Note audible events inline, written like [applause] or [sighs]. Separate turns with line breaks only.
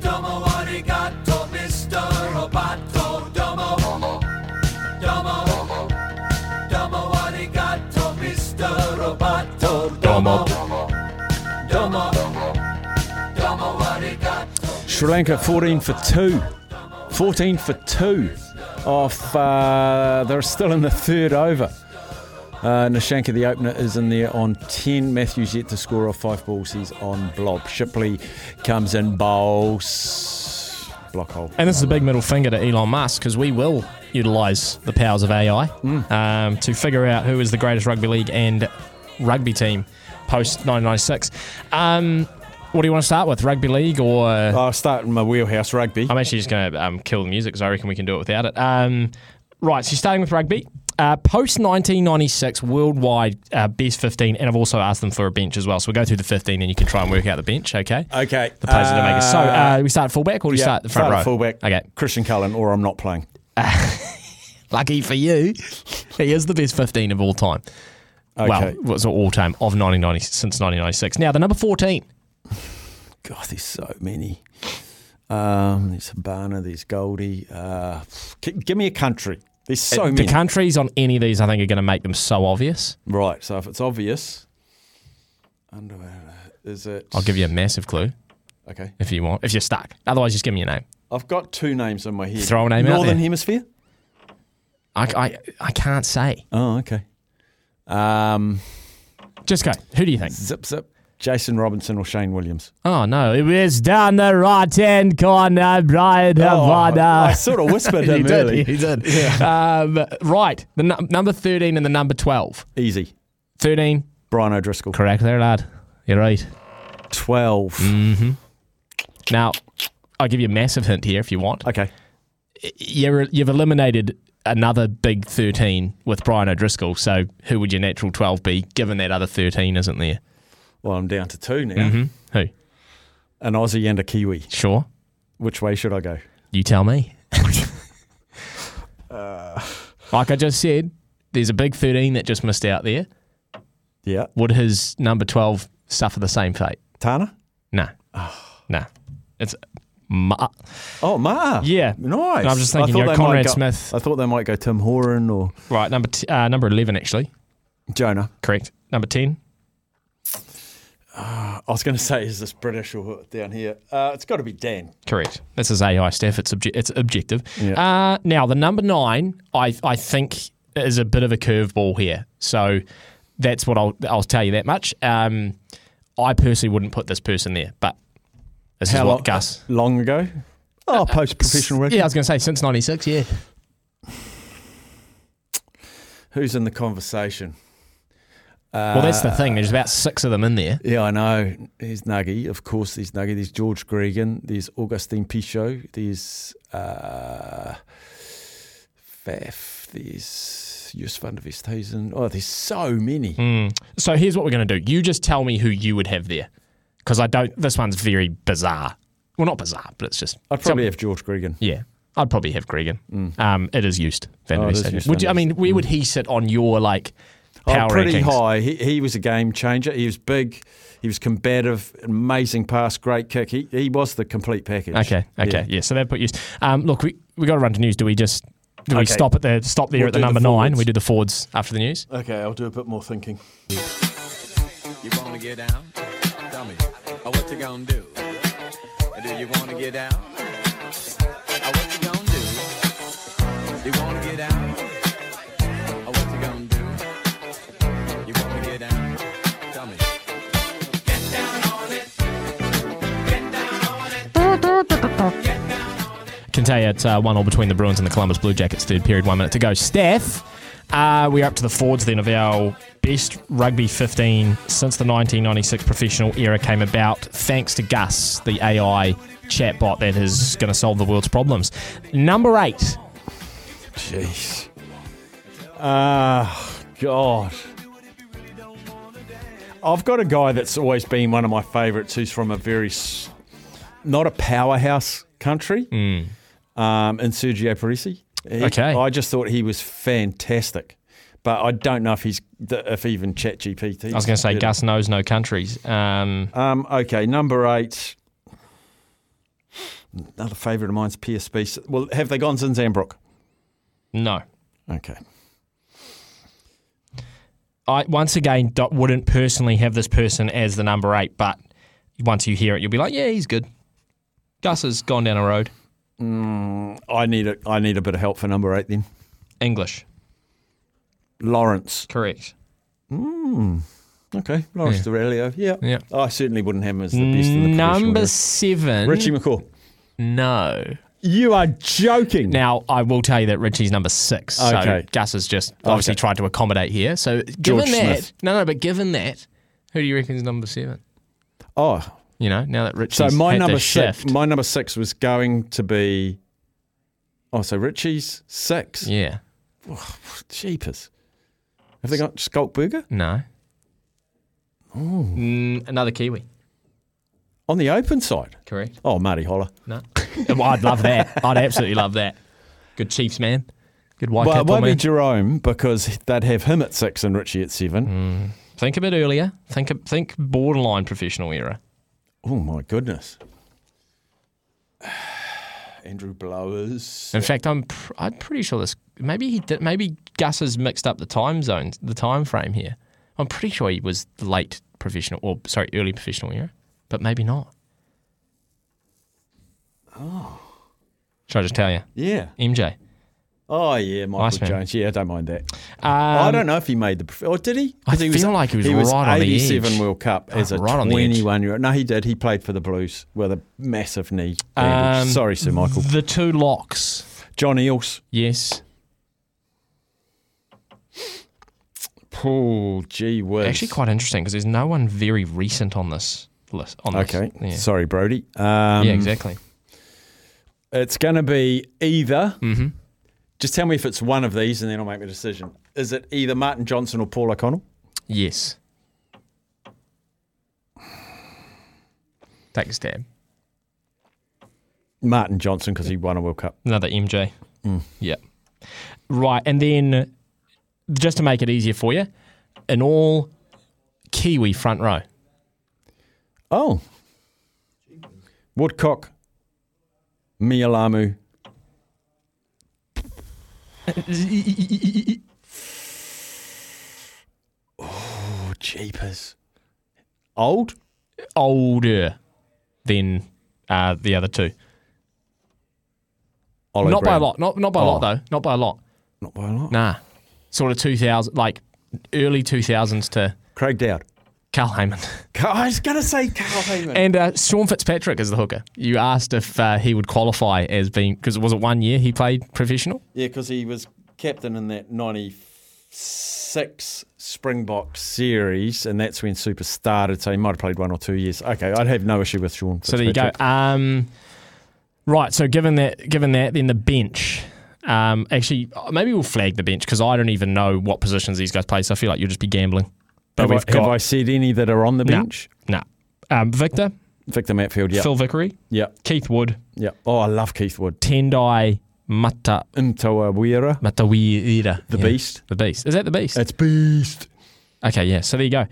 Domo arigato, Mr. Roboto. Domo. Domo. Domo arigato, Mr. Roboto. Domo. Domo. Domo arigato.
Sri Lanka 14 for 2. 14 for 2 off. Uh, they're still in the third over. Uh, Nishanka, the opener, is in there on 10. Matthews yet to score off five balls. He's on blob. Shipley comes in, bowls. Block hole.
And this is a big middle finger to Elon Musk because we will utilise the powers of AI um, to figure out who is the greatest rugby league and rugby team post 1996. Um, what do you want to start with? Rugby league or.
I'll start in Uh, my wheelhouse rugby.
I'm actually just going to um, kill the music because I reckon we can do it without it. Um, right, so starting with rugby. Uh, Post 1996 worldwide uh, best 15, and I've also asked them for a bench as well. So we'll go through the 15 and you can try and work out the bench, okay?
Okay.
The players that make it. So uh, do we start at fullback or do we
Uh, yeah,
start at the front row?
at fullback.
Okay.
Christian Cullen, or I'm not playing.
Lucky for you, he is the best 15 of all time. Well,
Okay.
was all time of 1990 since 1996. Now the number 14.
God, there's so many. Um, there's Habana, there's Goldie. Uh, g- give me a country. There's so
Uh, the
many.
countries on any of these, I think, are going to make them so obvious.
Right. So if it's obvious, underwear is it?
I'll give you a massive clue
Okay.
if you want. If you're stuck, otherwise, just give me a name.
I've got two names in my head.
Throw a name out
Northern
there.
Hemisphere.
I, I, I can't say.
Oh, okay. Um,
Just go. Who do you think?
zip zip. Jason Robinson or Shane Williams.
Oh no, it was down the right hand corner, Brian
Oh, I
Havana.
sort of
[laughs]
whispered
he
him
did.
early. [laughs]
He did. Um, right, the nu- number thirteen and the number twelve.
Easy.
Thirteen,
Brian O'Driscoll.
correct there, lad. You're right.
Twelve.
Mm. Now, I'll give you a massive hint here if you want.
Okay.
You're, you've eliminated another big 13 with Brian O'Driscoll, so who would your natural 12 be given that other 13 isn't there?
Well, I'm down to two now.
hmm Who?
An Aussie and a Kiwi.
Sure.
Which way should I go?
You tell me. like I just said, there's a big 13 that just missed out there.
Yeah.
Would his number 12 suffer the same fate?
Tana.
No. No. It's. uh, Ma-
Oh, Ma.
Yeah.
Nice.
I'm just
I
thinking,
thought
you know,
they might
Conrad
go-
Smith.
I thought they might go Tim Horan or
Right, number t- uh, number 11, actually.
Jonah.
Correct. Number 10.
I was going to [laughs] say, is this British or down here? Uh, it's got to be Dan.
Correct. This is AI staff. It's obje- it's objective.
Yeah.
Uh, now the number nine, I I think is a bit of a curveball here. So that's what I'll I'll tell you that much. Um, I personally wouldn't put this person there, but this is what Gus. Uh,
Long ago? Oh, post professional record.
Yeah, I was going to say since '96. Yeah,
Who's in the conversation?
well that's the thing. There's about six of them in there.
Yeah, I know. There's Nuggy. Of course, there's Nuggy. There's George Gregan. There's Augustine Pichot. There's uh, Faf. There's Jus van der Vesthuizen. Oh, there's so many.
Hmm. So here's what we're going to do. You just tell me who you would have there, because I don't. This one's very bizarre. Well, not bizarre, but it's just
I'd probably have George Gregan.
Yeah. I'd probably have Gregan. Um, it is used. Van
Mm. Oh,
der
it is
Vesthuizen.
used,
Would
Van
you, I
der
mean, where would he sit on your like power
oh, pretty
rankings?
high. He, he was a game changer. He was big. He was combative. Amazing pass. Great kick. He, he was the complete package.
Okay. Okay. Yeah.
Yeah.
so that put used. Um, look, we we got to run to news. Do we just do we
Okay.
stop at the stop there
We'll
at the
do the
number nine?
forwards.
We do the forwards after the news.
Okay. I'll do a bit more thinking.
You wanna get down? Tell me, uh, what you gonna do? Uh, Do you wanna get down? Uh, What you gonna do? You wanna get down? Uh, What you gonna do? You wanna get down? Tell me.
Can tell you it's uh, one all between the Bruins and the Columbus Blue Jackets. Third period, one minute to go. Steph. Uh, we're up to the Fords then of our best rugby 15 since the 1996 professional era came about, thanks to Gus, the AI chatbot that is going to solve the world's problems. Number eight,
Jeez. Ah, God. I've got a guy that's always been one of my favourites who's from a very, s- not a powerhouse country, um, and Sergio Parisi. He-
Mm. Okay.
I just thought he was fantastic. But I don't know if he's if even ChatGPT.
I was going to say Gus knows no countries. Um,
Um, okay, number eight. Another favourite of mine's PSB. Well, have they gone since Zambrook?
no.
Okay.
I once again do- wouldn't personally have this person as the number eight, but once you hear it, you'll be like, yeah, he's good. Gus has gone down a road.
I need a I need a bit of help for number eight then.
English,
Lawrence.
correct.
Okay, Lawrence
Yeah.
D'Aurelio. Yeah.
Yeah.
I certainly wouldn't have him as the best in the
Number
professional
seven.
era. Richie McCaw.
No.
You are joking.
Now, I will tell you that Richie's number six.
Okay.
So Gus has just obviously
Okay.
tried to accommodate here. So given
George
that,
Smith.
no, no, but given that, who do you reckon is number seven?
oh,
You know, now that Richie's
so my
had
number
the
six.
shift.
My number six was going to be. Oh, so Richie's six.
yeah.
Jeepers. Have they got Skulk Burger
No. Mm, another Kiwi,
on the open side?
correct.
Oh, Marty Holler. [laughs]
No. well, I'd love that. I'd absolutely love that. Good Chiefs man. Good white
Well, it won't be
man.
Jerome because they'd have him at six and Richie at seven.
think a bit earlier. Think think borderline professional era.
Oh my goodness. [sighs] Andrew Blowers.
In fact, I'm pr- I'm pretty sure this. Maybe he did. Maybe Gus has mixed up the time zones, the time frame here. I'm pretty sure he was late professional, or sorry, early professional era, but maybe not. Oh.
Oh.
Should I just tell you,
Yeah.
MJ?
Oh yeah, Michael
Iceman.
Jones. Yeah, I don't mind that.
Um,
I don't know if he made the. prof- Or did he? 'Cause
I
he
feel like he was right on the
Eighty-seven
edge. Ah,
World Cup as a
right on the edge.
twenty-one year old. No, he did. He played for the Blues with a massive knee. bandage.
um,
Sorry, Sir Michael.
The two locks.
John Eels.
Yes.
Paul. Gee whiz.
Actually, quite interesting because there's no one very recent on this list. On this.
Okay.
Yeah.
Sorry, Brody. Um,
yeah, exactly.
It's going to be either.
Mm-hmm.
Just tell me if it's one of these, and then I'll make my decision. Is it either Martin Johnson or Paul O'Connell?
Yes. Take a stab.
Martin Johnson because he won a World Cup.
Another MJ. Yeah. Right, and then just to make it easier for you, an all Kiwi front row.
Oh. Woodcock, Mialamu. oh, jeepers. Old?
Older than uh, the other two.
Olive
not by a
Brown.
lot. Not not by a lot
Oh.
though. Not by a lot.
Not by a lot.
Nah. Sort of two thousand like early two thousands to
Craig Dowd.
Carl Heyman.
Carl- I was going to say Carl Heyman.
And uh, Sean Fitzpatrick is the hooker. You asked if uh, he would qualify as being because was it one year he played professional?
yeah, because he was captain in that 96 Springbok series, and that's when Super started, so he might have played one or two years. Okay, I'd have no issue with Sean.
So there you go.
Fitzpatrick.
Um, right. So given that, given that, then the bench. Um, actually, uh, maybe we'll flag the bench because I don't even know what positions these guys play. So I feel like you'll just be gambling. But
Have,
we've
I,
got
have I said any that are on the
Nah.
bench?
nah. Um, Victor,
Victor Matfield, yeah.
Phil Vickery,
Yeah,
Keith Wood,
yeah. Oh, I love Keith Wood.
Tendai Mata
Intawawira.
Matawira.
The Beast.
The beast. Is that the beast?
It's Beast.
Okay, yeah. So there you go.